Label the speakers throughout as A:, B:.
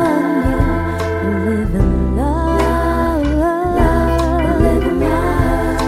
A: one you live in love, live in love.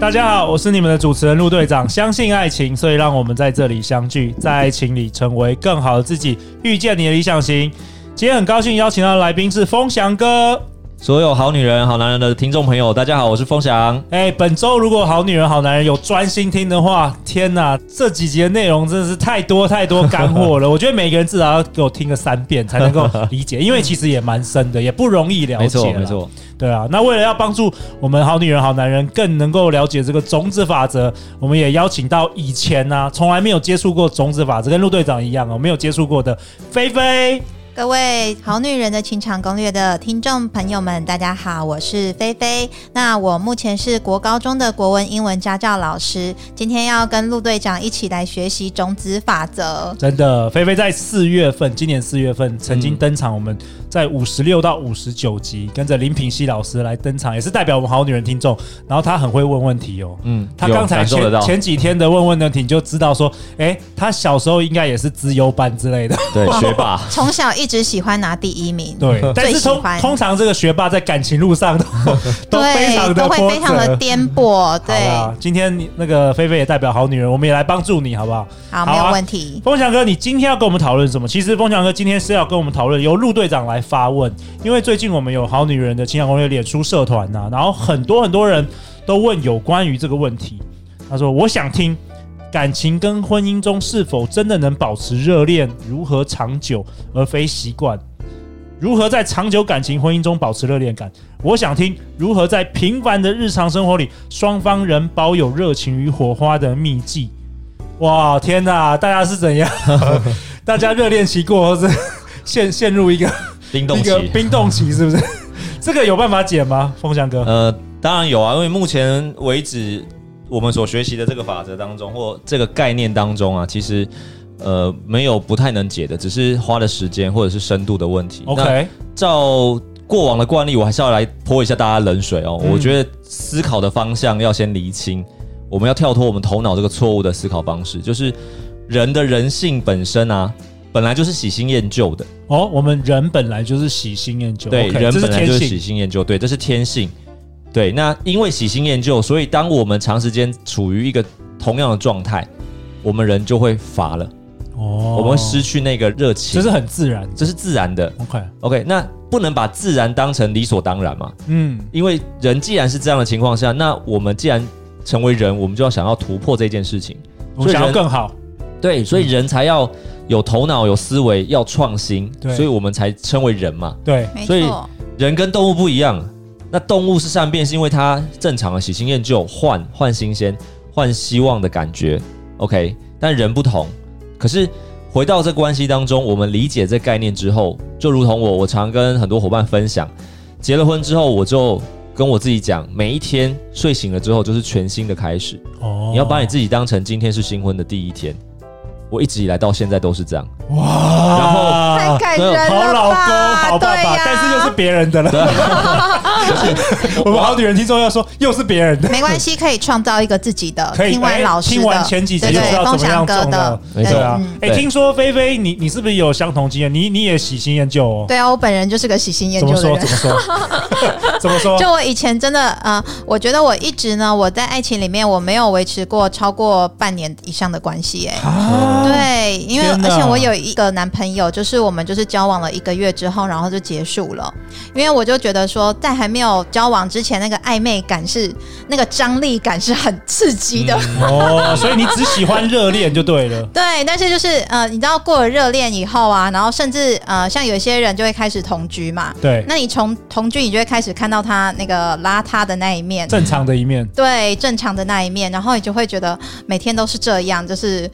B: 大家好，我是你们的主持人陆队长。相信爱情，所以让我们在这里相聚，在爱情里成为更好的自己，遇见你的理想型。今天很高兴邀请到的来宾是风翔哥。
C: 所有好女人、好男人的听众朋友，大家好，我是风翔。
B: 哎，本周如果好女人、好男人有专心听的话，天哪，这几集的内容真的是太多太多干货了。我 觉得每个人至少要给我听个三遍才能够理 解，因为其实也蛮深的，也不容易了解。
C: 没错，没。错，
B: 对啊，那为了要帮助我们好女人、好男人更能够了解这个种子法则，我们也邀请到以前呢、从来没有接触过种子法则，跟陆队长一样哦，没有接触过的菲菲。
D: 各位好女人的情场攻略的听众朋友们，大家好，我是菲菲。那我目前是国高中的国文、英文家教老师，今天要跟陆队长一起来学习种子法则。
B: 真的，菲菲在四月份，今年四月份曾经登场，我们在五十六到五十九集跟着林品熙老师来登场，也是代表我们好女人听众。然后她很会问问题哦，
C: 嗯，
B: 她
C: 有
B: 刚才
C: 感受得
B: 前
C: 到，
B: 前几天的问问问题，你就知道说，哎，她小时候应该也是资优班之 类的。
C: 对，学霸，
D: 从小一直喜欢拿第一名，
B: 对，
C: 嗯
B: 但是
D: 喜
B: 通
D: 欢
B: 通常这个学霸在感情路上都都非常
D: 对，
B: 的
D: 都会
B: 波
D: 非常的
B: 折。
D: 颠簸，对，
B: 好啦，今天你那个菲菲也代表好女人，我们也来帮助你，好不好？
D: 好，
B: 好啊
D: 没有问题。
B: 风翔哥，你今天要跟我们讨论什么？其实风翔哥今天是要跟我们讨论由陆队长来发问，因为最近我们有好女人的情感攻略脸书社团呐、然后很多很多人都问有关于这个问题。他说：“我想听感情跟婚姻中是否真的能保持热恋，如何长久而非习惯？如何在长久感情婚姻中保持热恋感？我想听如何在平凡的日常生活里，双方仍保有热情与火花的秘技。”哇，天哪！大家是怎 样？大家热恋期过后是 陷陷入一个
C: 冰冻
B: 一个
C: 期。
B: 冰冻期，是不 是？这个有办法解吗？风翔哥，
C: 呃，当然有啊，因为目前为止我们所学习的这个法则当中，或这个概念当中啊，其实呃没有不太能解的，只是花的时间或者是深度的问题。那
B: OK，
C: 照过往的惯例，我还是要来泼一下大家冷水哦。
B: 嗯
C: 我觉得思考的方向要先厘清，我们要跳脱我们头脑这个错误的思考方式，就是人的人性本身啊，本来就是喜新厌旧的。
B: 哦，我们人本来就是喜新厌旧，
C: 对
B: OK，
C: 人
B: 这是
C: 本来就
B: 天
C: 是喜
B: 性，
C: 新厌旧，对，这是天性。对，那因为喜新厌旧，所以当我们长时间处于一个同样的状态，我们人就会乏了，
B: 哦
C: 我们会失，去那个热情，
B: 这是很自然。
C: 这是自然的。
B: OK，
C: OK，那不能把自然当成理所当然嘛，
B: 嗯，
C: 因为人既然是这样的情况下，那我们既然成为人，我们就要想要突破这件事情。嗯
B: 我们
C: 所以
B: 想要
C: 人
B: 更好，
C: 对，所以人才要有头脑、有思维、要创新，
B: 对
C: 所以我们才称为人嘛。
B: 对，
D: 没
C: 所以
D: 错，
C: 人跟动物不一样，那动物是善变，是因为它正常的喜新厌旧，换换新鲜，换希望的感觉。OK，但人不同。可是回到这关系当中，我们理解这概念之后，就如同我，我常跟很多伙伴分享，结了婚之后，我就跟我自己讲，每一天睡醒了之后就是全新的开始。
B: 哦
C: 你要把你自己当成今天是新婚的第一天。我一直以来到现在都是这样。
B: 哇，
C: 然后
D: 太感
B: 啊
D: 人了吧，
B: 好老公，好爸
D: 对
B: 爸，
D: 呀
B: 但是又是别人的了。
C: 啊
B: 我们好女人听众要说又是别人的，
D: 没关系，可以创造一个自己的。
B: 可以
D: 呃听完
B: 哎
D: 老师的，
B: 听完前几集
D: 对
B: 就
D: 对
B: 知道
D: 风
B: 怎么样
D: 翔
B: 种
D: 哥
B: 了
D: 的，
C: 没错
B: 对啊
D: 嗯，
B: 哎、
C: 对
B: 听说菲菲你你是不是有相同经验？你你也喜新厌旧哦？
D: 对啊，我本人就是个喜新厌
B: 怎
D: 旧
B: 么
D: 的
B: 说？
D: 人
B: 怎。么说？怎么说？
D: 就我以前真的，呃，我觉得我一直呢，我在爱情里面我没有维持过超过半年以上的关系、哎、
B: 啊，
D: 对，因为
B: 天哪
D: 而且我有一个男朋友，就是我们就是交往了一个月之后，然后就结束了，因为我就觉得说，在还没有交往之前，那个暧昧感是那个张力感是很刺激的，
B: 哦，所以你只喜欢热恋就对了。
D: 对，但是就是呃，你知道过了热恋以后啊，然后甚至呃，像有些人就会开始同居嘛，
B: 对，
D: 那你从同居，你就会开始看到他那个邋遢的那一面。
B: 正常的一面。
D: 对正常的那一面，然后你就会觉得每天都是这样，就是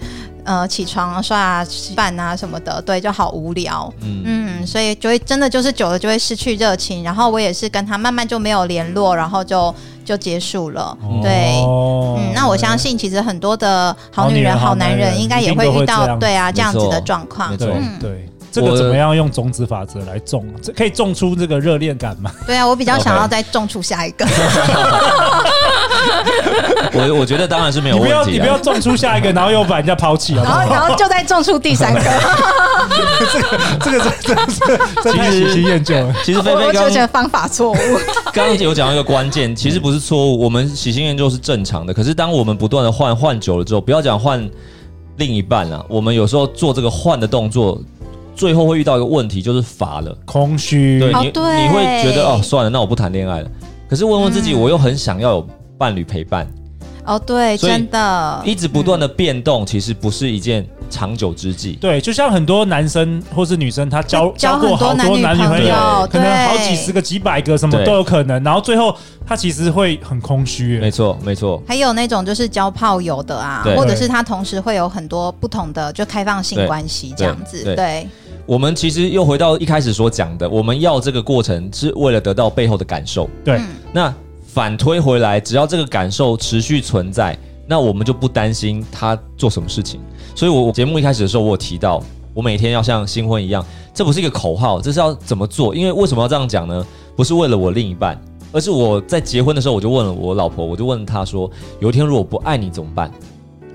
D: 呃起床啊、刷牙、吃饭啊什么的，对，就好无聊。
C: 嗯
D: 嗯，所以就会真的就是久了就会失去热情，然后我也是跟他慢慢就没有联络，然后就就结束了。对。
B: 哦
D: 嗯，那我相信，其实很多的好
B: 好女
D: 女
B: 人
D: 人、
B: 好
D: 好
B: 男
D: 男
B: 人
D: 人应该
B: 一
D: 也
B: 定
D: 会
B: 都会
D: 遇
B: 这样
D: 到对啊这样子
C: 没
D: 的
C: 错
D: 状况
C: 没。错
B: 对
D: 嗯
B: 对，这
C: 我
B: 个怎么样用种子法则来种啊？这可以种出这个热恋感吗？
D: 对啊，我比较想
C: OK
D: 要再种出 下一个。
C: 我我觉得当然是没有
B: 你
C: 问
B: 不要
C: 题、
B: 你
C: 啊
B: 不。要种出下一个，然后又把人家抛弃好不
D: 然
B: 好
D: 后， 然后就再种出第三 个，
B: 这个真的是 真太
C: 其实
B: 喜新厌旧了。
C: 其实菲
D: 我
C: 菲
D: 我就
C: 刚
D: 觉得方 法错误。
C: 刚刚有讲到一个关键，其实不是错误，我们喜新厌旧是正常的。可是当我们不断的换换久了之后，不要讲换另一半了、我们有时候做这个换的动作，最后会遇到一个问题，就是乏了。
B: 空虚，
C: 对
D: 哦
C: 你，
D: 对
C: 你会觉得哦，算了，那我不谈恋爱了。可是问问自己，我又很想要有伴侣陪伴，
D: 哦，对，
C: 所以
D: 真的，
C: 一直不断的变动，其实不是一件长久之计。
B: 对，就像很多男生或是女生，他交
D: 交
B: 过
D: 很多
B: 好
D: 男
B: 多
D: 女
B: 男女
D: 朋
B: 朋
D: 友
B: 可能好几
D: 对
B: 十个、几百个，什么
C: 对
B: 都有可能。然后最后他其实会很空虚
C: 没
B: 欸，
C: 错，没错，
D: 还有那种就是交炮友的啊
C: 对，
D: 或者是他同时会有很多不同的就开放性
C: 对
D: 关系这样子，
C: 对
D: 对，
C: 我们其实又回到一开始所讲的，我们要这个过程是为了得到背后的感受。
B: 对
D: 嗯
C: 那反推回来，只要这个感受持续存在，那我们就不担心他做什么事情。所以我，我节目一开始的时候，我有提到，我每天要像新婚一样，这不是一个口号，这是要怎么做？因为为什么要这样讲呢？不是为了我另一半，而是我在结婚的时候，我就问了我老婆，我就问她说，有一天如果不爱你怎么 办？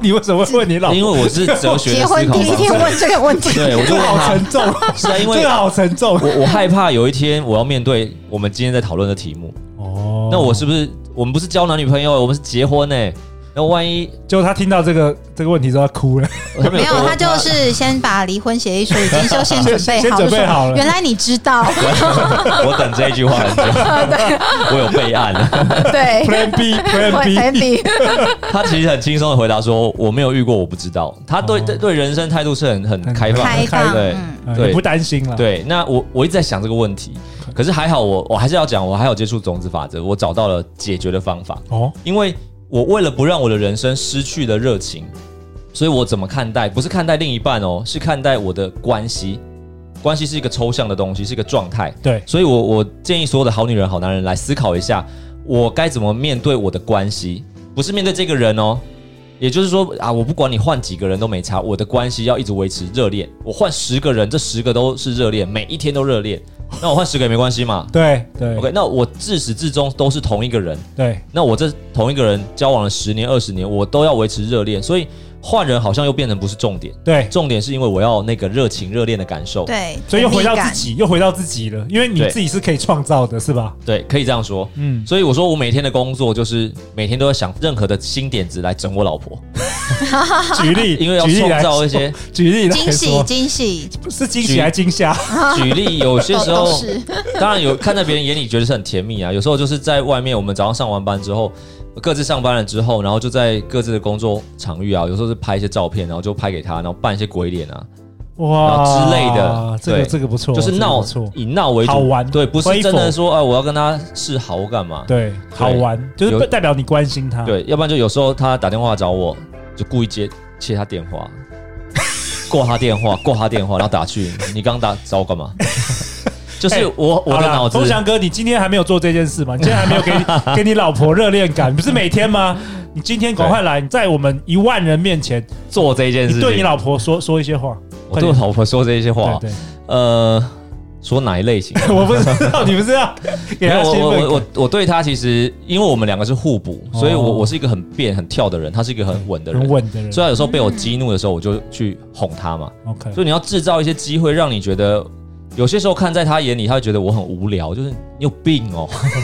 B: 你为什么会问你老
C: 因为
B: 婆？
C: 我是哲学
D: 结
C: 的思
D: 婚
C: 考
D: 第一天
C: 方式，
D: 问这个问题，
C: 对，我就
B: 这个
C: 问
B: 好
C: 她
B: 沉，重，
C: 是啊，因
B: 这
C: 为
B: 个好沉重
C: 我我害怕有一天我要面对我们今天在讨论的题目，
B: 哦
C: 那我是不是我们不是交男女朋友，我们是结婚呢、那万一
B: 就他听到这个这个问题之后，他哭 了。
C: 他
D: 没有，
C: 多
D: 他就是先把离婚协议书已经就先准 备
B: 先
D: 好，
B: 准备好了
D: 就说原来你知道，
C: 我等这一句话很久，我有备案 了。
D: 对
B: Plan B Plan B，
D: ，Andy，
C: 他其实很轻松的回答说：“我没有遇过，我不知道。”他对
B: 哦
C: 对对人生态度是很很
B: 很
C: 开放
D: 开
C: 的。
D: 放，
C: 对
D: 嗯，
B: 呃
C: 对
B: 你不担心了？，
C: 对，那我我一直在想这个问题，可是还好我我还是要讲，我还有接触种子法则，我找到了解决的方法。
B: 哦，
C: 因为我为了不让我的人生失去了热情，所以我怎么看待？不是看待另一半哦，是看待我的关系。关系是一个抽象的东西，是一个状态。
B: 对
C: 所以我我建议所有的好女人、好男人来思考一下，我该怎么面对我的关系，不是面对这个人哦。也就是说啊，我不管你换几个人都没差，我的关系要一直维持热烈。我换十个人，这十个都是热烈，每一天都热烈。那我换十个也没关系嘛。
B: 对对
C: OK，那我自始至终都是同一个人，
B: 对，
C: 那我这同一个人交往了十年、二十年，我都要维持热恋，所以换人好像又变成不是重点，
B: 对，
C: 重点是因为我要那个热情热恋的感受。
D: 对，
B: 所以又回到
D: 神秘感
B: 自己，又回到自己了，因为你
C: 对
B: 自己是可以创造的，是吧？
C: 对，可以这样说。
B: 嗯，
C: 所以我说，我每天的工作就是每天都要想任何的新点子来整我老婆，
B: 举例，
C: 因为要
B: 举例来
C: 创造
B: 说
C: 一些。
B: 举例来
D: 惊喜
B: 说，
D: 惊喜，
B: 是惊喜还是惊吓？
C: 举例，有些时
D: 都
C: 候
D: 是
C: 当然有看在别人眼里觉得是很甜蜜啊，有时候就是在外面，我们早上上完班之后，各自上班了之后，然后就在各自的工作场域啊，有时候是拍一些照片，然后就拍给他，然后扮一些鬼脸啊，然
B: 哇
C: 后之类的
B: 这个
C: 对
B: 这个不错，
C: 就是
B: 这个
C: 闹
B: 不错，
C: 以闹为主，
B: 好玩
C: 对，不是真
B: 挥
C: 的
B: 霍
C: 说啊，我要跟他示好或干嘛，
B: 对，好玩，就是
C: 有
B: 代表你关心他，，
C: 对，要不然就有时候他打电话找我，就故意接接他电 话，挂他电话，挂他电话，然后打去，你刚打找我干 嘛？就是
B: 哎
C: 我我
B: 好
C: 的
B: 啦
C: 脑子
B: 风，翔哥，你今天还没有做这件事吗？你今天还没有给 你给你老婆热恋感，不是每天吗？你今天赶快来，你在我们一万人面前，
C: 做这件事
B: 你对你
C: 情，
B: 老婆说说一些话，
C: 我对我老婆说这些
B: 快
C: 话
B: 点，对
C: 呃，说哪一类型？
B: 对， 我不知道，你不知道，给
C: 没有
B: 他
C: 我
B: 兴
C: 我我
B: 奋
C: 我我对他其实，因为我们两个是互补，所以我
B: 哦
C: 我是一个很变很跳的人，他是一个很稳的
B: 感，很
C: 人。
B: 稳的人
C: 所以他有时候被我激怒的时候，我就去哄他嘛。
B: ，OK，
C: 所以你要制造一些机会，让你觉得有些时候看在他眼里，他会觉得我很无聊，就是你有病哦。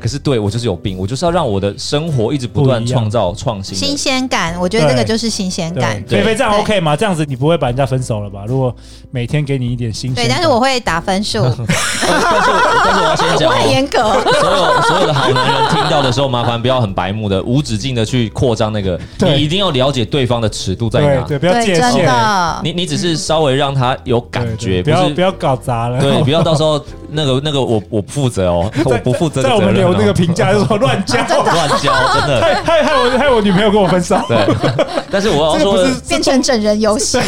C: 可是对我就是有病，我就是要让我的生活一直不断
B: 不一样
C: 创造创新
D: 新
C: 的。
D: 鲜感，我觉得这个
B: 对
D: 就是新鲜感
B: 对，。菲菲这样
D: 对
B: OK 吗？这样子你不会把人家分手了吧？如果每天给你一点新鲜
D: 对，
B: 感，
D: 但是我会打 分数，
C: 但
D: 我
C: 是我，但是我要先讲
D: 很
C: 哦，
D: 严格。
C: 所有所有的好男人听到的时候，麻烦不要很白目的、无止境的去扩张那个，
B: 对
C: 你一定要了解对方的尺度在
B: 对
C: 哪
B: 对，。不要
D: 对，
B: 界
D: 真
B: 限，
D: 的，
C: 你你只是稍微让他有
B: 对
C: 感
B: 对
C: 觉，
B: 不
C: 不
B: 要不
C: 是
B: 要搞砸了，
C: 对，不要到时候那个那个我我不负责哦，我不负责这
B: 在
C: 个
B: 我
C: 责
B: 们
C: 任哦
B: 留那个评价，就说乱加，
C: 乱教，真的。
B: 害害害我害我女朋友跟我分手，
C: 对， 但是我要
B: 这个
C: 说
B: 不
C: 的
B: 是
D: 变成整人游戏，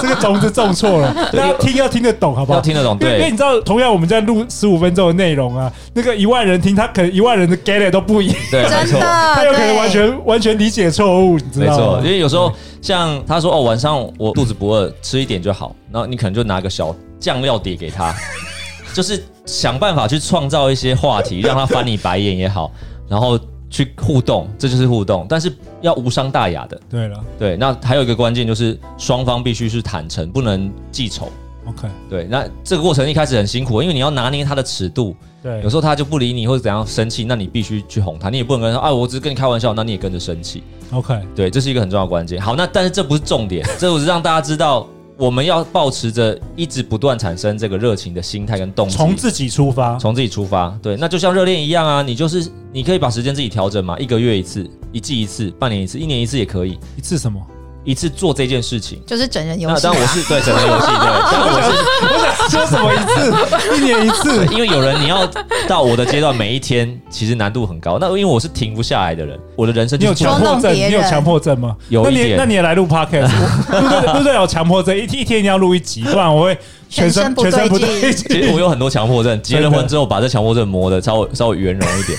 B: 这个种子种错了，
C: 对
B: 大家听要听得懂，好不好？
C: 要听得懂，
B: 因为因为
C: 对
B: 你知道，同样我们在录十五分钟的内容啊，那个一万人听，他可能一万人的 get 都不一样，
C: 对，没
D: 真的，
C: 错。
B: 他有可能
D: 啊对
B: 完全完全理解错误，你知
C: 没
B: 道
C: 错，
B: 吗
C: 因？为有时候像他说哦，晚上我肚子不饿，吃一点就好，然后你可能就拿个小酱料碟给他， 就是想办法去创造一些话题，让他翻你白眼也好，然后去互动，这就是互动，但是要无伤大雅的。
B: 对了
C: 对，那还有一个关键就是双方必须是坦诚，不能记仇。
B: ，OK，
C: 对，那这个过程一开始很辛苦，因为你要拿捏他的尺度，
B: 对
C: 有，时候他就不理你或者怎样生气，那你必须去哄他，你也不能跟他说啊，我只是跟你开玩笑，那你也跟着生气。
B: OK，
C: 对，这是一个很重要的关键。好，那但是这不是 重点，这我是让大家知道，我们要保持着一直不断产生这个热情的心态跟动机，
B: 从自己出发，
C: 从自己出发。对，那就像热恋一样啊，你就是你可以把时间自己调整嘛，一个月一次，一季一次，半年一次，一年一次也可以，
B: 一次什么？
C: 一次做这件事情。
D: 就是整人游
C: 那
D: 戏
C: 当。然我 是对整个游戏对，当然我是
B: 说什么一次，一年一次，
C: 因为有人你要到我的阶段，每一天其实难度很高。那因为我是停不下来的人，我的人生
B: 你
C: 就
B: 有
C: 是
B: 强迫
D: 捉弄
B: 症？
D: 别
B: 你有
D: 人
B: 强迫症吗？
C: 有
B: 那
C: 一
B: 你也
C: 点
B: 那你也来录 podcast，我陆队陆队有强迫症，一天一天一定要录一集，不然我会全身全
D: 全身
B: 身
D: 不
B: 不
D: 对
B: 对
C: 其
B: 劲。
C: 实我有很多强迫症，结了
B: 真的
C: 婚之后把这强迫症磨得稍微稍微圆融一点。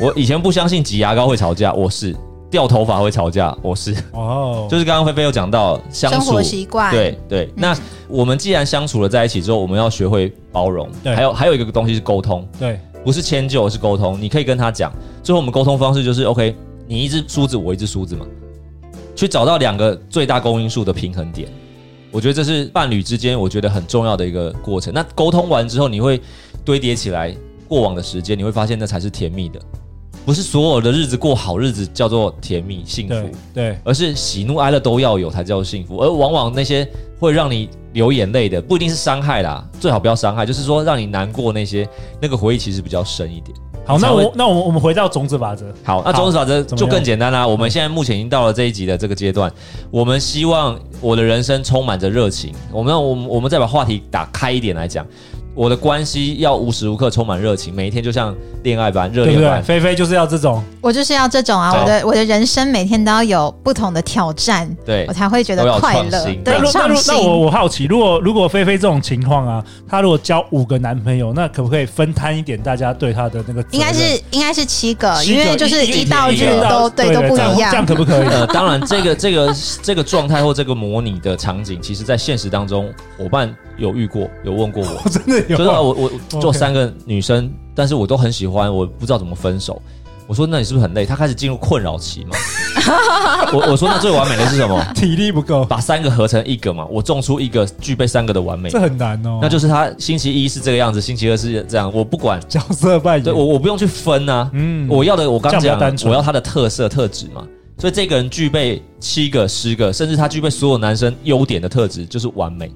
C: 我以前不相信挤牙膏会吵架，我是掉头发会吵架，我是
B: 哦，
C: 就是刚刚菲菲有讲到相
D: 生
C: 处
D: 活习惯，嗯
C: 对对，那我们既然相处了在一起之后，我们要学会包容。
B: 对
C: 还有还有一个东西是沟通，
B: 对
C: 不是迁就，是沟通。你可以跟他讲，最后我们沟通方式就是 OK，你一只梳子，我一只梳子嘛，去找到两个最大公因数的平衡点。我觉得这是伴侣之间我觉得很重要的一个过程。那沟通完之后，你会堆叠起来过往的时间，你会发现那才是甜蜜的，不是所有的日子过好日子叫做甜蜜幸福
B: 对。对，
C: 而是喜怒哀乐都要有才叫幸福。而往往那些会让你流眼泪的，不一定是伤害啦，最好不要伤害，就是说让你难过那些，那个回忆其实比较深一点。
B: 好，
C: 你才
B: 那
C: 会
B: 我那我们我们回到种子法则，
C: 好，那种子法则
B: 怎么
C: 就
B: 样
C: 更简单啦、我们现在目前已经到了这一集的这个阶段，我们希望我的人生充满着热情。我们我们我们再把话题打开一点来讲，我的关系要无时无刻充满热情，每一天就像恋爱般、热
B: 对不
C: 恋
B: 对？
C: 般。
B: 菲菲就是要这种，
D: 我就是要这种啊，
C: 对
D: 我的我的人生每天都要有不同的挑战，
C: 对
D: 我才会觉
C: 都
D: 得
C: 要
D: 快
C: 创
D: 乐
C: 新，
D: 对
B: 那，如那
D: 创
B: 如
D: 新
B: 那。我我好奇，如果如果菲菲这种情况啊，她如果交五个男朋友，那可不可以分摊一点大家对她的那个责任？
D: 应该是应该是七个，
B: 七
D: 因
B: 个
D: 为就是
C: 一
D: 一到
C: 一
D: 日
C: 个
D: 都对都不
B: 这
D: 一
B: 这样
D: 样
B: 可，不可以？
C: 呃，当然，这个这个这个状态或这个模拟的场景，其实在现实当中，伙伴有遇过，有问过我，
B: 我真的
C: 就 是
B: 有啊
C: 我我我做
B: OK
C: 三个女生，但是我都很喜欢，我不知道怎么分手。我说那你是不是很累？她开始进入困扰期嘛。 我我说那最完美的是什么？
B: 体力不够，
C: 把三个合成一个嘛，我种出一个具备三个的完美
B: 这。很难哦。
C: 那就是她星期一是这个样子，星期二是这样，我不管，
B: 角色扮演，
C: 对我我不用去分啊。
B: 嗯
C: 我要的，我刚
B: 这样
C: 讲
B: 比较单，纯
C: 我要他的特色特质嘛。所以这个人具备七个、十个，甚至他具备所有男生优点的特质，就是完美。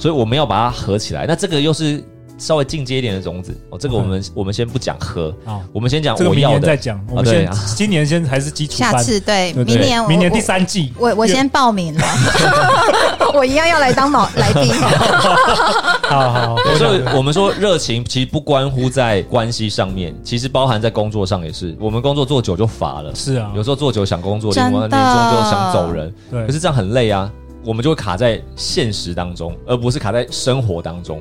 C: 所以我们要把它合起来。那这个又是稍微进阶一点的种子哦。这个我们我们先不讲合，
B: 嗯好，
C: 我们先讲
B: 这个
C: 我
B: 明
C: 要
B: 年再
C: 的。
B: 讲，
C: 啊
B: 我们先
C: 对啊
B: 今年先还是基础
D: 下
B: 班，
D: 次对，
B: 对对
D: 明年我
B: 明年
D: 我
B: 第三季，
D: 我我先报名 了， 我一样要来当老来宾。
B: 好好，好
C: 所以我们说热情其实不关乎在关系上面，其实包含在工作上也是。我们工作做久就乏了，
B: 是啊
C: 有，时候做久想工作，
D: 真的
C: 另外年终就想走人。
B: 对
C: 可是这样很累啊，我们就会卡在现实当中，而不是卡在生活当中。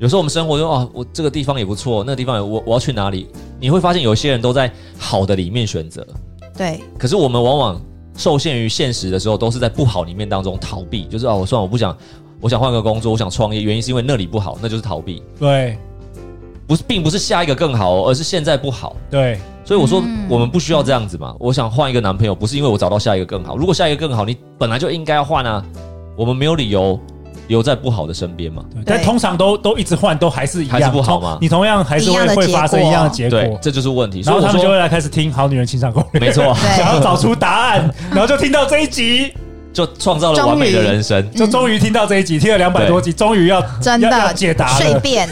C: 有时候我们生活中啊，我这个地方也不错，那个地方也我我要去哪里？你会发现有些人都在好的里面选择，
D: 对，
C: 可是我们往往受限于现实的时候，都是在不好里面当中逃避，就是啊，我算了我不想，我想换个工作，我想创业，原因是因为那里不好，那就是逃避，
B: 对
C: 不是并不是下一个更好哦、而是现在不好。
B: 对，
C: 所以我说，
B: 嗯
C: 我们不需要这样子嘛。我想换一个男朋友，不是因为我找到下一个更好。如果下一个更好，你本来就应该要换啊。我们没有理由留在不好的身边嘛。
B: 对但通常都都一直换，都还是一样，
C: 还是不好嘛
B: 同你同样还是
D: 一样
B: 会
D: 的
B: 会
D: 结
B: 发生
D: 果啊
B: 一样的结
C: 对
B: 果，，
C: 这就是问题。所
B: 然
C: 以
B: 后他
C: 我
B: 们就会
C: 说，
B: 来开始听《好女人情场攻略》，
C: 没错，
B: 想
D: 对
B: 要找出答 案，然后就听到这一集，
C: 就创造了完美的人生。
B: 就终于听到这一集，听了两百多集，终于要
D: 真
B: 要要
D: 的
B: 解答
D: 睡
B: 了。
D: 便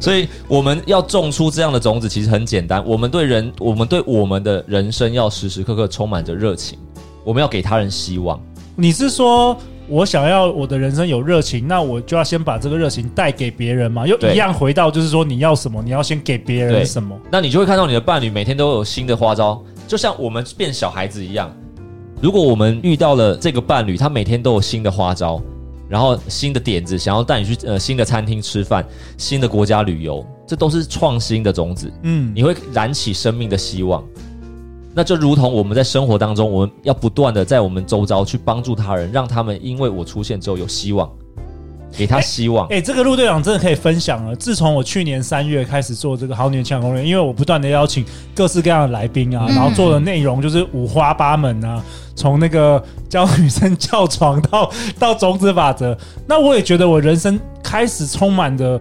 C: 所以我们要种出这样的种子，其实很简单。我们对人，我们对我们的人生要时时刻刻充满着热情。我们要给他人希望，
B: 你是说我想要我的人生有热情，那我就要先把这个热情带给别人嘛，又
C: 对
B: 一样回到就是说你要什么，你要先给别
C: 对
B: 人什么。
C: 那你就会看到你的伴侣每天都有新的花招，就像我们变小孩子一样。如果我们遇到了这个伴侣，他每天都有新的花招，然后新的点子，想要带你去呃新的餐厅吃饭、新的国家旅游，这都是创新的种子，
B: 嗯，
C: 你会燃起生命的希望。那就如同我们在生活当中，我们要不断的在我们周遭去帮助他人，让他们因为我出现之后有希望，给他希望。
B: 哎、这个陆队长真的可以分享了。自从我去年三月开始做这个《好女人抢攻略》，因为我不断的邀请各式各样的来宾啊，
D: 嗯
B: 然后做的内容就是五花八门啊，从那个教女生叫床到 到种子法则。那我也觉得我人生开始充满的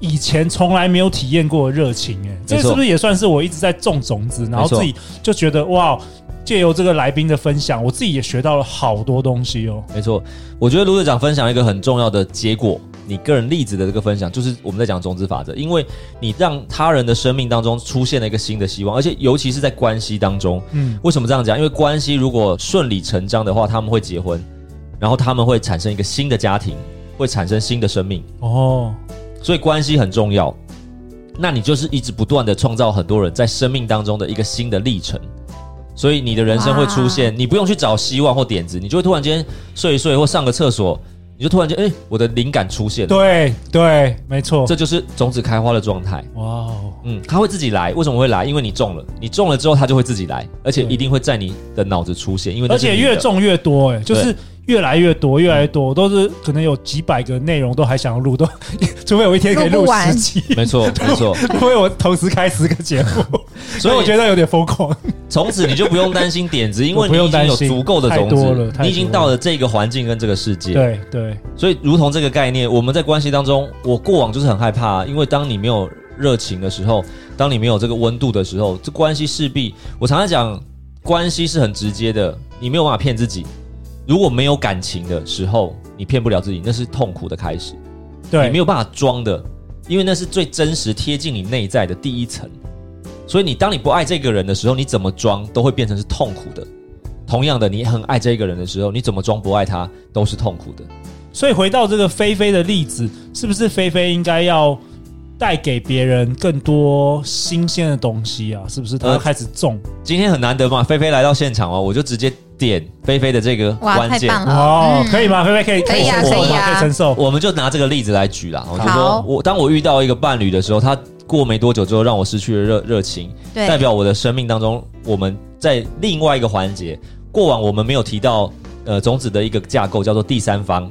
B: 以前从来没有体验过的热情、哎，这
C: 没错
B: 是不是也算是我一直在种种子，然后自己就觉得哇，借由这个来宾的分享，我自己也学到了好多东西哦。
C: 没错，我觉得卢队长分享一个很重要的结果，你个人例子的这个分享，就是我们在讲种子法则，因为你让他人的生命当中出现了一个新的希望，而且尤其是在关系当中，
B: 嗯，
C: 为什么这样讲？因为关系如果顺理成章的话，他们会结婚，然后他们会产生一个新的家庭，会产生新的生命，
B: 哦，
C: 所以关系很重要。那你就是一直不断的创造很多人在生命当中的一个新的历程，所以你的人生会出现，你不用去找希望或点子，你就会突然间睡一睡或上个厕所，你就突然间哎、我的灵感出现了，
B: 对对，没错。
C: 这就是种子开花的状态。
B: 哇哦，
C: 嗯，它会自己来，为什么会来？因为你中了，你中了之后它就会自己来，而且
B: 对
C: 一定会在你的脑子出现，因为
B: 嗯
C: 那
B: 而
C: 是
B: 且
C: 你的嗯
B: 越重越多、哎，就是越来越多，越来越多，我都是可能有几百个内容都还想要录，都 除非我一天可以
D: 录
B: 录
D: 不完
B: 十集，
C: 没错没错，
B: 除非我同时开十个节目，所
C: 所
B: 以
C: 以
B: 我觉得有点疯狂。
C: 从此你就不用担心点子，因
B: 我
C: 为
B: 不
C: 你
B: 用
C: 已经
B: 担
C: 有
B: 心
C: 足够的
B: 太
C: 种
B: 多了
C: 子，
B: 太
C: 你已经
B: 多
C: 到
B: 了
C: 了这个环境跟这个世界。
B: 对对，
C: 所以，如同这个概念，我们在关系当中，我过往就是很害怕、因为当你没有热情的时候，当你没有这个温度的时候，这关系势必，我常常讲，关系是很直接的，你没有办法骗自己。如果没有感情的时候，你骗不了自己，那是痛苦的开始，你
B: 对，
C: 没有办法装的，因为那是最真实、贴近你内在的第一层。所以，你当你不爱这个人的时候，你怎么装都会变成是痛苦的。同样的，你很爱这个人的时候，你怎么装不爱他都是痛苦的。
B: 所以回到这个菲菲的例子，是不是菲菲应该要带给别人更多新鲜的东西啊？是不是她要
C: 呃
B: 开始种？
C: 今天很难得嘛，菲菲来到现场哦，我就直接点菲菲的这个
D: 哇，
C: 关
D: 太
C: 键，
D: 棒了！
B: 哦，
D: 嗯
B: 可以吗？菲菲可以，
D: 可以啊
B: 承受
C: 可以
B: 吗
D: 啊
B: 可以承受。
C: 我们就拿这个例子来举啦。哦我就
D: 好
C: 说我当我遇到一个伴侣的时候，他过没多久之后让我失去了热热情，
D: 对，
C: 代表我的生命当中，我们在另外一个环节，过往我们没有提到呃种子的一个架构叫做第三方，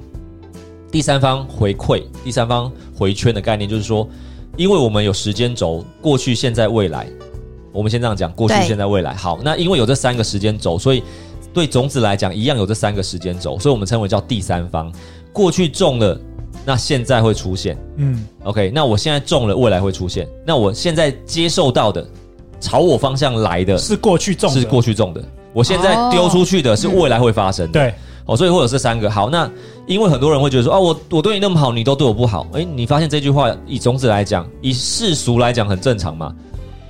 C: 第三方回馈、第三方回圈的概念，就是说，因为我们有时间轴，过去、现在、未来，我们先这样讲，过去、
D: 对
C: 现在、未来。好，那因为有这三个时间轴，所以对种子来讲，一样有这三个时间轴，所以我们称为叫第三方。过去种了，那现在会出现。
B: 嗯，
C: OK，那我现在中了，未来会出现。那我现在接受到的，朝我方向来的，
B: 嗯是过去种的，
C: 是过去中的。我现在
D: 哦
C: 丢出去的是未来会发生的。
B: 对，
C: 哦，所以会有这三个。好，那因为很多人会觉得说，哦，我我对你那么好，你都对我不好。诶，你发现这句话以种子来讲，以世俗来讲很正常嘛。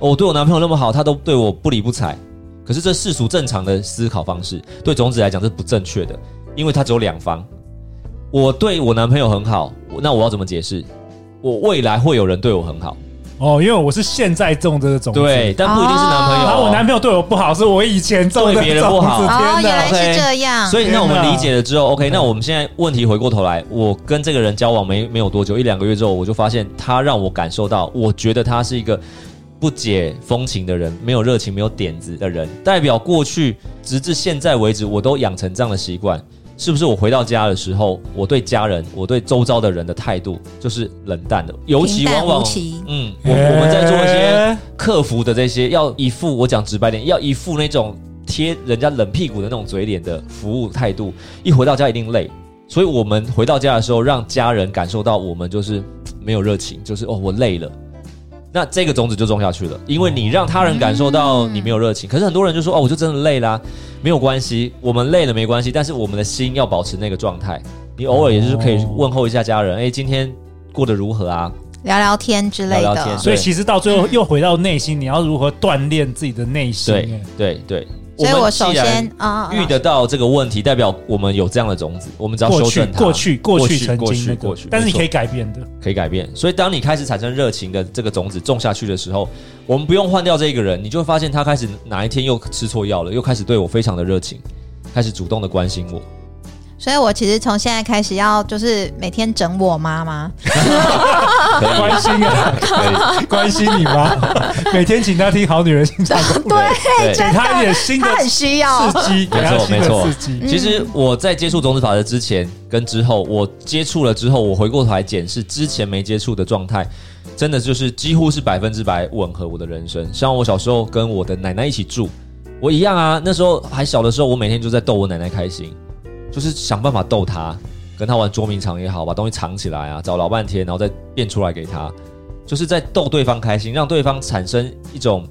C: 哦我对我男朋友那么好，他都对我不理不睬。可是这世俗正常的思考方式，对种子来讲这是不正确的，因为它只有两方。我对我男朋友很好，我那我要怎么解释？我未来会有人对我很好，
B: 哦，因为我是现在种这个种子，
C: 对，但不一定是男朋友、
B: 然后
C: 哦。
B: 啊我男朋友对我不好，是我以前种的
C: 对别人不好
B: 种子
D: 哦，
B: 天
D: 原
B: 哪
D: 来是
C: OK
D: 这样。
C: 所以，那我们
B: 天哪
C: 理解了之后，OK，那我们现在问题回过头来，我跟这个人交往没没有多久，一两个月之后，我就发现他让我感受到，我觉得他是一个不解风情的人，没有热情，没有点子的人。代表过去直至现在为止，我都养成这样的习惯，是不是？我回到家的时候，我对家人，我对周遭的人的态度就是冷淡的，尤其
D: 平淡
C: 往往
D: 无奇，
C: 嗯，我我们在做一些。
B: 哎
C: 客服的这些，要一副我讲直白点，要一副那种贴人家冷屁股的那种嘴脸的服务态度，一回到家一定累。所以我们回到家的时候，让家人感受到我们就是嘖没有热情，就是哦我累了。那这个种子就种下去了，因为你让他人感受到你没有热情。可是很多人就说哦，我就真的累啦、没有关系，我们累了没关系，但是我们的心要保持那个状态。你偶尔也是可以
B: 哦
C: 问候一下家人，哎、今天过得如何啊？
D: 聊聊天之类
C: 聊聊
D: 的
C: 天。
B: 所以其实到最后又回到内心，你要如何锻炼自己的内心？
C: 对
B: 哎
C: 对对，
D: 所以
C: 我
D: 我
C: 们既
D: 首
C: 然
D: 先啊，啊
C: 遇得到这个问题，代表我们有这样的种子，我们只要
B: 过
C: 修
B: 去
C: 正它。
B: 过去过去曾
C: 过
B: 经
C: 去
B: 那
C: 过
B: 个
C: 去，，
B: 但是你可
C: 没
B: 以
C: 错
B: 改变的。
C: 可以改变。所以当你开始产生热情的这个种子种下去的时候，我们不用换掉这个人，你就会发现他开始哪一天又吃错药了，又开始对我非常的热情，开始主动的关心我。
D: 所以我其实从现在开始要就是每天整我妈妈，
C: 可以
B: 关心啊，关心你吗？ 每天请他听《好女人情场攻略》，
C: 对
B: 给他一点新的
D: 她很
B: 刺
D: 需要。
B: 激，给他新
C: 没错
B: 的
C: 没错
B: 刺激。
C: 其实我在接触种子法则之前跟之后，我接触了之后，我回过头来检视之前没接触的状态，真的就是几乎是百分之百吻合我的人生。像我小时候跟我的奶奶一起住，我一样啊。那时候还小的时候，我每天就在逗我奶奶开心，就是想办法逗她，跟她玩捉迷藏也好，把东西藏起来啊，找老半天，然后再变出来给她，就是在逗对方开心，让对方产生一种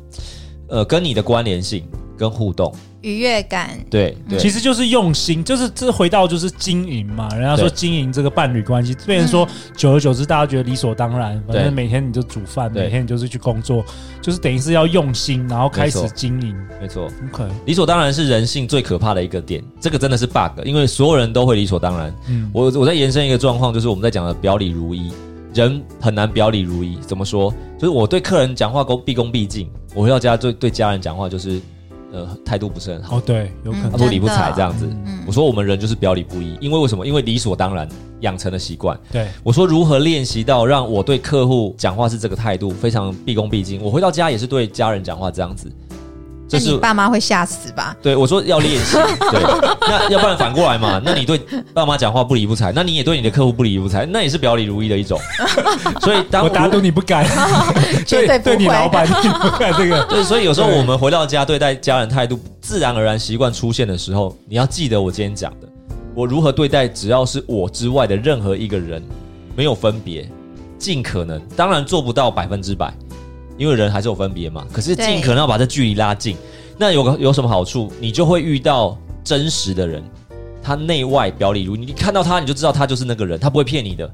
C: 呃跟你的关联性跟互动。
D: 愉悦感，
C: 对对，
B: 其实就是用心，就是这回到就是经营嘛。人家说
C: 对
B: 经营这个伴侣关系，变成说
D: 嗯
B: 久而久之，大家觉得理所当然，反
C: 对
B: 正每天你就煮饭，
C: 对
B: 每天你就是去工作，就是等于是要用心，然后开始
C: 没错
B: 经营。
C: 没错。
B: OK，
C: 理所当然是人性最可怕的一个点，这个真的是 bug，因为所有人都会理所当然。
B: 嗯，
C: 我我在延伸一个状况，就是我们在讲的表里如一，人很难表里如一。怎么说？就是我对客人讲话公毕恭毕敬，我回到家对对家人讲话就是，呃，态度不是很好，
B: 哦对，有可
D: 嗯
C: 他
B: 能
C: 不理不
D: 真
C: 睬
D: 的嗯
C: 这样子。我说我们人就是表里不一，因为为什么？因为理所当然养成的习惯。
B: 对。
C: 我说如何练习到让我对客户讲话是这个态度，非常毕恭毕敬。我回到家也是对家人讲话这样子。
D: 那你爸妈会吓死吧？
C: 对，我说要练习。对，那要不然反过来嘛？那你对爸妈讲话不理不睬，那你也对你的客户不理不睬，那也是表里如一的一种。所以当
B: 我打赌
C: 如
B: 你不敢，
D: 绝对不
B: 对你
D: 会
B: 老板你不敢这 个。
C: 对，所以有时候我们回到家对待家人态度自然而然习惯出现的时候，你要记得我今天讲的，我如何对待只要是我之外的任何一个人，没有分别，尽可能，当然做不到百分之百，因为人还是有分别嘛。可是
D: 对
C: 尽可能要把这距离拉近，那有个有什么好处？你就会遇到真实的人，他内外表里如你，你看到他你就知道他就是那个人，他不会骗你的。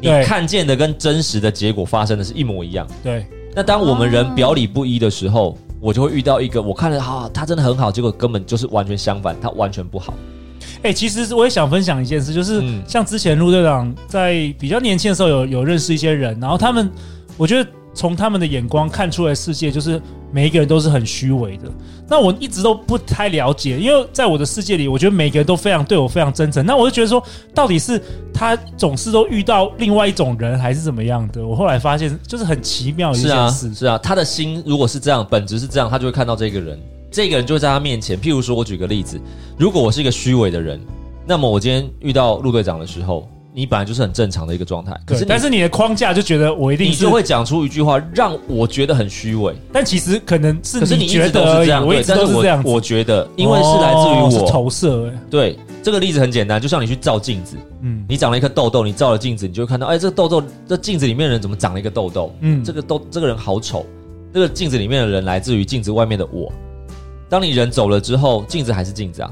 C: 你
B: 对
C: 看见的跟真实的结果发生的是一模一样。
B: 对，
C: 那当我们人表里不一的时
B: 哦
C: 候，我就会遇到一个我看了啊，他真的很好，结果根本就是完全相反，他完全不好。
B: 哎、其实我也想分享一件事，就是
C: 嗯
B: 像之前陆队长在比较年轻的时候有有认识一些人，然后他们，我觉得从他们的眼光看出来世界，就是每一个人都是很虚伪的。那我一直都不太了解，因为在我的世界里，我觉得每个人都非常对我非常真诚。那我就觉得说，到底是他总是都遇到另外一种人，还是怎么样的？我后来发现，就是很奇妙的一
C: 是
B: 件
C: 啊，
B: 哦事。
C: 是啊，他的心如果是这样，本质是这样，他就会看到这个人，这个人就会在他面前。譬如说，我举个例子，如果我是一个虚伪的人，那么我今天遇到陆队长的时候，你本来就是很正常的一个状态，可
B: 对
C: 是你
B: 但是你的框架就觉得我一定
C: 你
B: 是
C: 就会讲出一句话，让我觉得很虚伪。
B: 但其实可能是
C: 可是你一
B: 觉
C: 直都
B: 得而
C: 是
B: 已
C: 这样，
B: 我一
C: 对，
B: 直
C: 但
B: 都
C: 是
B: 是这样
C: 我
B: 子。
C: 我觉得，因为是来自
B: 哦
C: 于
B: 是
C: 我。
B: 投射、欸，
C: 对，这个例子很简单，就像你去照镜子，
B: 嗯，
C: 你长了一颗痘痘，你照了镜子，你就会看到，哎，这个痘痘，这镜子里面的人怎么长了一个痘痘？
B: 嗯
C: 这个痘，这个人好丑。这个镜子里面的人来自于镜子外面的我。当你人走了之后，镜子还是镜子啊。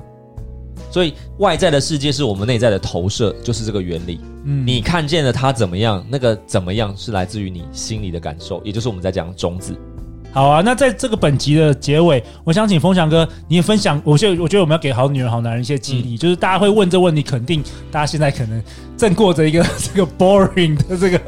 C: 所以外在的世界是我们内在的投射，就是这个原理。
B: 嗯
C: 你看见了他怎么样，那个怎么样是来自于你心里的感受，也就是我们在讲的种子。
B: 好啊。那在这个本集的结尾，我想请风翔哥，你也分享，我觉得我觉得我们要给好女人、好男人一些激
C: 嗯
B: 励，就是大家会问这问题，肯定大家现在可能正过着一个 这个 boring 的这个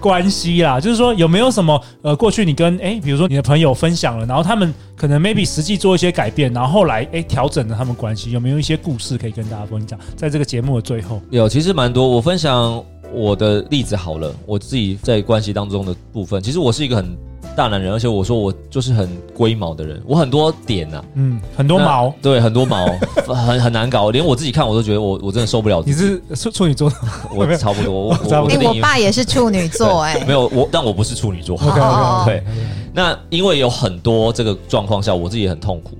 B: 关系啦，就是说有没有什么呃，过去你跟诶，比如说你的朋友分享了，然后他们可能 maybe 实际做一些改变，然后后来诶调整了他们关系，有没有一些故事可以跟大家分享？在这个节目的最后，
C: 有，其实蛮多。我分享我的例子好了，我自己在关系当中的部分，其实我是一个很大男人，而且我说我就是很龟毛的人，我很多点呐、啊，
B: 嗯，很多
C: 那
B: 毛，
C: 对，很多毛， 很很难搞，连我自己看我都觉得我我真的受不了自
B: 你
C: 己，
B: 是处处女 座的吗
C: 我差不多， 我
B: 差
C: 我
B: 不
C: 我
D: 哎、
B: 多
C: 的
D: 我
C: 另一
D: 爸也是处女座、哎，
C: 没有我，但我不是处 女座，
B: ？OK
D: 哦
B: OK，
C: 对，那因为有很多这个状况下，我自己也很痛苦。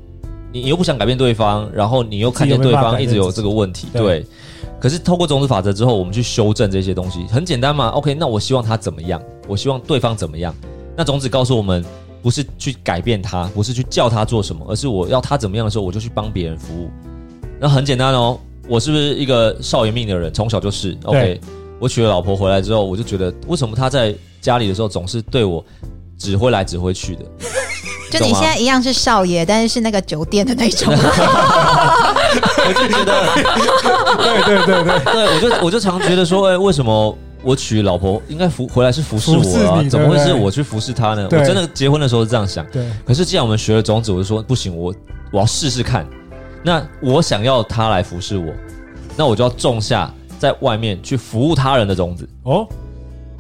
C: 你你又不想改变对方，然后你又看见对方一直有这个问题，
B: 自己又没办法改变
C: 对。可是透过种子法则之后，我们去修正这些东西，很简单嘛。OK，那我希望他怎么样？我希望对方怎么样？那种子告诉我们，不是去改变他，不是去叫他做什么，而是我要他怎么样的时候，我就去帮别人服务。那很简单哦，我是不是一个少爷命的人？从小就是
B: 对
C: OK。我娶了老婆回来之后，我就觉得为什么她在家里的时候总是对我指挥来指挥去的？
D: 就
C: 懂
D: 你
C: 吗
D: 现在一样是少爷，但是是那个酒店的那 种。
C: 我就觉得，
E: 对对对对，
C: 对我就我就常觉得说，哎、为什么我娶老婆应该服回来是服侍
F: 服侍
C: 我啊？
F: 你
C: 怎么会
F: 对不
C: 是
F: 对
C: 我去服侍她呢？我
F: 对
C: 真的结婚的时候是这样想。
F: 对，
C: 可是既然我们学了种子，我就说不行，我我要试试看。那我想要他来服侍我，那我就要种下在外面去服务他人的种子。
B: 哦，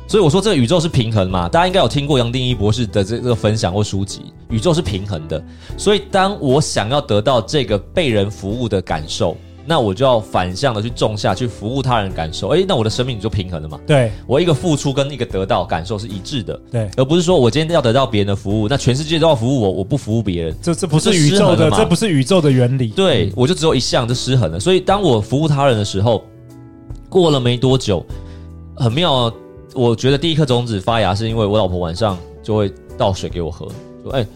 C: 所以我说这个宇宙是平衡嘛，大家应该有听过杨定一博士的这这个分享或书籍，宇宙是平衡的。所以当我想要得到这个被人服务的感受，那我就要反向的去种下去服务他人的感受。诶，那我的生命就平衡了嘛。
B: 对
C: 我一个付出跟一个得到感受是一致的，
B: 对，
C: 而不是说我今天要得到别人的服务，那全世界都要服务我，我不服务别人。
B: 这这不是
C: 这
B: 宇
C: 失衡
B: 宙的，
C: 了嘛
B: 这不是宇宙的原理。
C: 对我就只有一项就失衡了。所以当我服务他人的时候，过了没多久，很妙、哦。我觉得第一颗种子发芽是因为我老婆晚上就会倒水给我喝，说：“哎、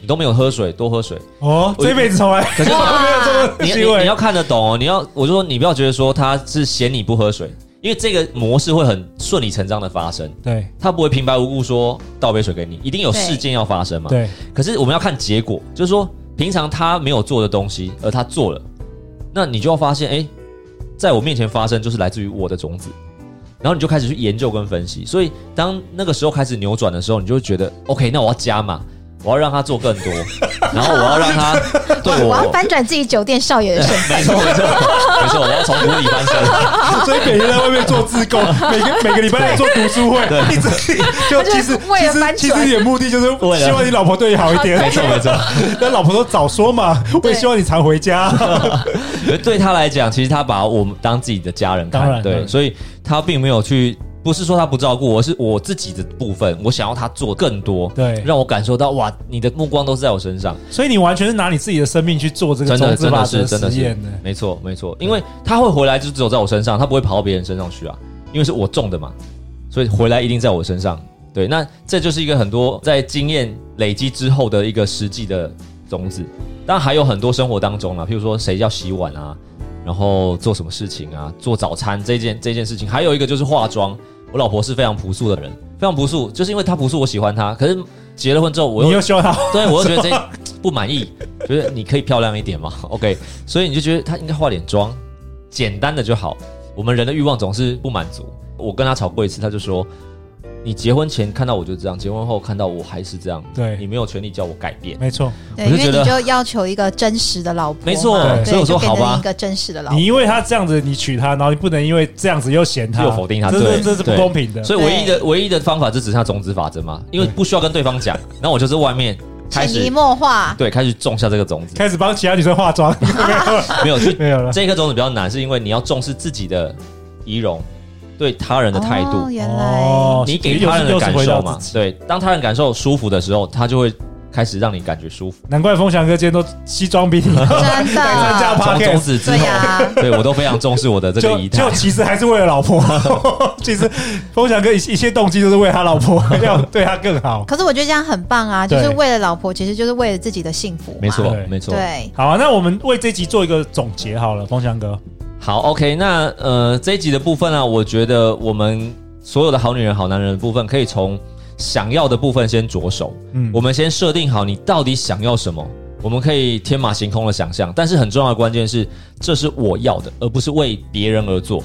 C: 你都没有喝水，多喝水。
B: 哦，
C: 我
B: 这辈子从来
C: 可 是
B: 没有这个
C: 你
B: 机
C: 你你
B: 会
C: 要。看得懂哦，你要我就说你不要觉得说他是嫌你不喝水，因为这个模式会很顺理成章的发生，
B: 对
C: 他不会平白无故说倒杯水给你，一定有
D: 对
C: 事件要发生嘛。
B: 对
C: 可是我们要看结果，就是说平常他没有做的东西，而他做了，那你就要发现，哎、在我面前发生就是来自于我的种子，然后你就开始去研究跟分析。所以当那个时候开始扭转的时候，你就会觉得，OK，那我要加码，我要让他做更 多，然后我要让他对我，
D: 我要翻转自己酒店少爷的身份。
C: 没错没错没错，我要从谷底翻身。
E: 所以每天在外面做自 工，每个每个礼拜来做读书会， 一直就
D: 就是
E: 其实其
D: 为了
E: 实
D: 翻转
E: 其实你的目的就是
C: 为了
E: 希望你老婆对你好一点，
C: 没错 没错，
E: 但老婆说早说嘛，我也希望你常回家。
C: 对他来讲，其实他把我们当自己的家人
B: 当
C: 看，
B: 然当
C: 对，
B: 然
C: 所以他并没有去，不是说他不照顾我，是我自己的部分，我想要他做更多，
B: 对
C: 让我感受到哇，你的目光都是在我身上，
B: 所以你完全是拿你自己的生命去做这个
C: 真
B: 种
C: 的
B: 子
C: 真
B: 法
C: 的
B: 则
C: 是真的
B: 实
C: 是
B: 验呢。，
C: 没错没错，因为他会回来就只有在我身上，他不会跑到别人身上去啊，因为是我种的嘛，所以回来一定在我身上。对，那这就是一个很多在经验累积之后的一个实际的种子。当然还有很多生活当中啊啦，譬如说谁要洗碗啊，然后做什么事情啊，做早餐这件这件事情，还有一个就是化妆。我老婆是非常朴素的人，非常朴素，就是因为她朴素，我喜欢她。可是结了婚之后，我
B: 你
C: 又
B: 又希望他
C: 对，我就觉得这 不满意，觉得你可以漂亮一点嘛，OK，所 以你就觉得她应该化点妆，简单的就好。我们人的欲望总是不满足。我跟她吵过一次，她就说：“你结婚前看到我就这样，结婚后看到我还是这样，
B: 对
C: 你没有权利叫我改变。
B: 没错，
D: 对，
C: 我
D: 因
C: 就觉
D: 为
C: 得
D: 你就要求一个真实的老婆嘛，
C: 没错
D: 对
C: 所以我说
D: 就变成
C: 好吧
D: 一个真实的老婆
B: 你。因为他这样子你娶他，然后你不能因为这样子又嫌他，
C: 又否定他
B: 这
C: 对
B: 这这是不
C: 对
B: 公平的。
C: 所以唯一的唯一的方法就只剩下种子法则嘛，因为不需要跟对方讲。然后我就是外面开
D: 潜移
C: 始
D: 默化，
C: 对开始种下这个种子，
B: 开始帮其他女生化 妆，
C: 没有去
B: 没有了。
C: 这一颗种子比较难，是因为你要重视自己的仪容，对他人的态度。
D: 哦，原来、
C: 你给他人的
B: 又是
C: 感
B: 回
C: 受
B: 到
C: 嘛
B: 自，己
C: 对，当他人感受舒服的时候，他就会开始让你感觉舒服。
B: 难怪风翔哥今天都西装笔挺，
D: 真
B: 参加
D: 的，
C: 从种
B: podcast，
C: 子之
D: 对
C: 后，
D: 呀、
C: 对我都非常重视我的这个
B: 就
C: 仪态
B: 就。其实还是为了老婆。 其实风翔哥一一切动机都是为他老 婆，要对他更好。
D: 可是我觉得这样很棒啊，就
B: 对
D: 是为了老婆，其实就是为了自己的幸福嘛。
C: 没错
B: 对，
C: 没错。
D: 对，
B: 好啊，那我们为这集做一个总结好了，风翔哥。
C: 好，OK，那呃这一集的部分啊，我觉得我们所有的好女人、好男人的部分，可以从想要的部分先着手。
B: 嗯
C: 我们先设定好你到底想要什么，我们可以天马行空的想象，但是很重要的关键是，这是我要的，而不是为别人而做。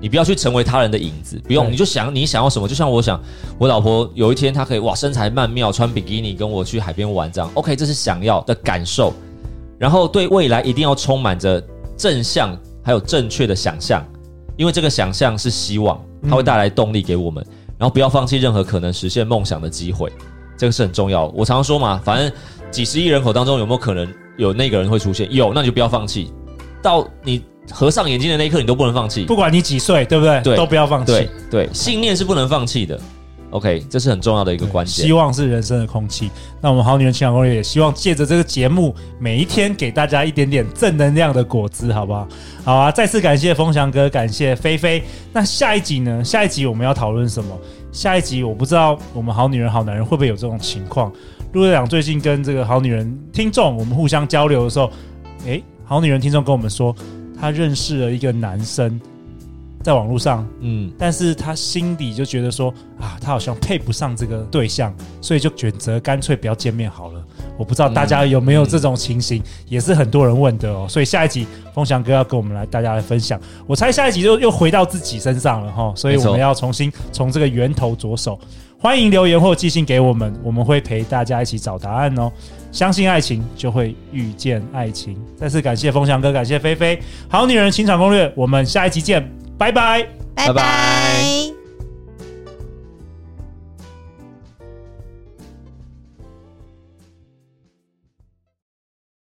C: 你不要去成为他人的影子，不用，
B: 对
C: 你就想你想要什么。就像我想，我老婆有一天她可以哇身材曼妙，穿比基尼跟我去海边玩这样，OK，这是想要的感受。然后对未来一定要充满着正向还有正确的想象，因为这个想象是希望，它会带来动力给我们。然后不要放弃任何可能实现梦想的机会，这个是很重要的。我常常说嘛，反正几十亿人口当中有没有可能有那个人会出现？有，那你就不要放弃。到你合上眼睛的那一刻，你都不能放弃。
B: 不管你几岁，对不对？
C: 对
B: 都不要放
C: 对
B: 弃。
C: 对，啊信念是不能放弃的。OK，这是很重要的一个关键
B: 希。望是人生的空气。那我们好女人情感攻略也希望借着这个节目，每一天给大家一点点正能量的果汁，好不好？好啊！再次感谢风翔哥，感谢菲菲。那下一集呢？下一集我们要讨论什么？下一集我不知道我们好女人好男人会不会有这种情况。陆队长最近跟这个好女人听众我们互相交流的时候，诶，好女人听众跟我们说，她认识了一个男生，在网络上
C: 嗯，
B: 但是他心底就觉得说啊，他好像配不上这个对象，所以就选择干脆不要见面好了。我不知道大家有没有这种情形，也是很多人问的哦。所以下一集风翔哥要跟我们来大家来分享，我猜下一集又又回到自己身上了哈、所以
C: 没
B: 我
C: 错
B: 们要重新从这个源头着手。欢迎留言或寄信给我们，我们会陪大家一起找答案哦。相信爱情，就会遇见爱情。再次感谢风翔哥，感谢菲菲，《好女人情场攻略》，我们下一集见，拜拜。
D: 拜
C: 拜拜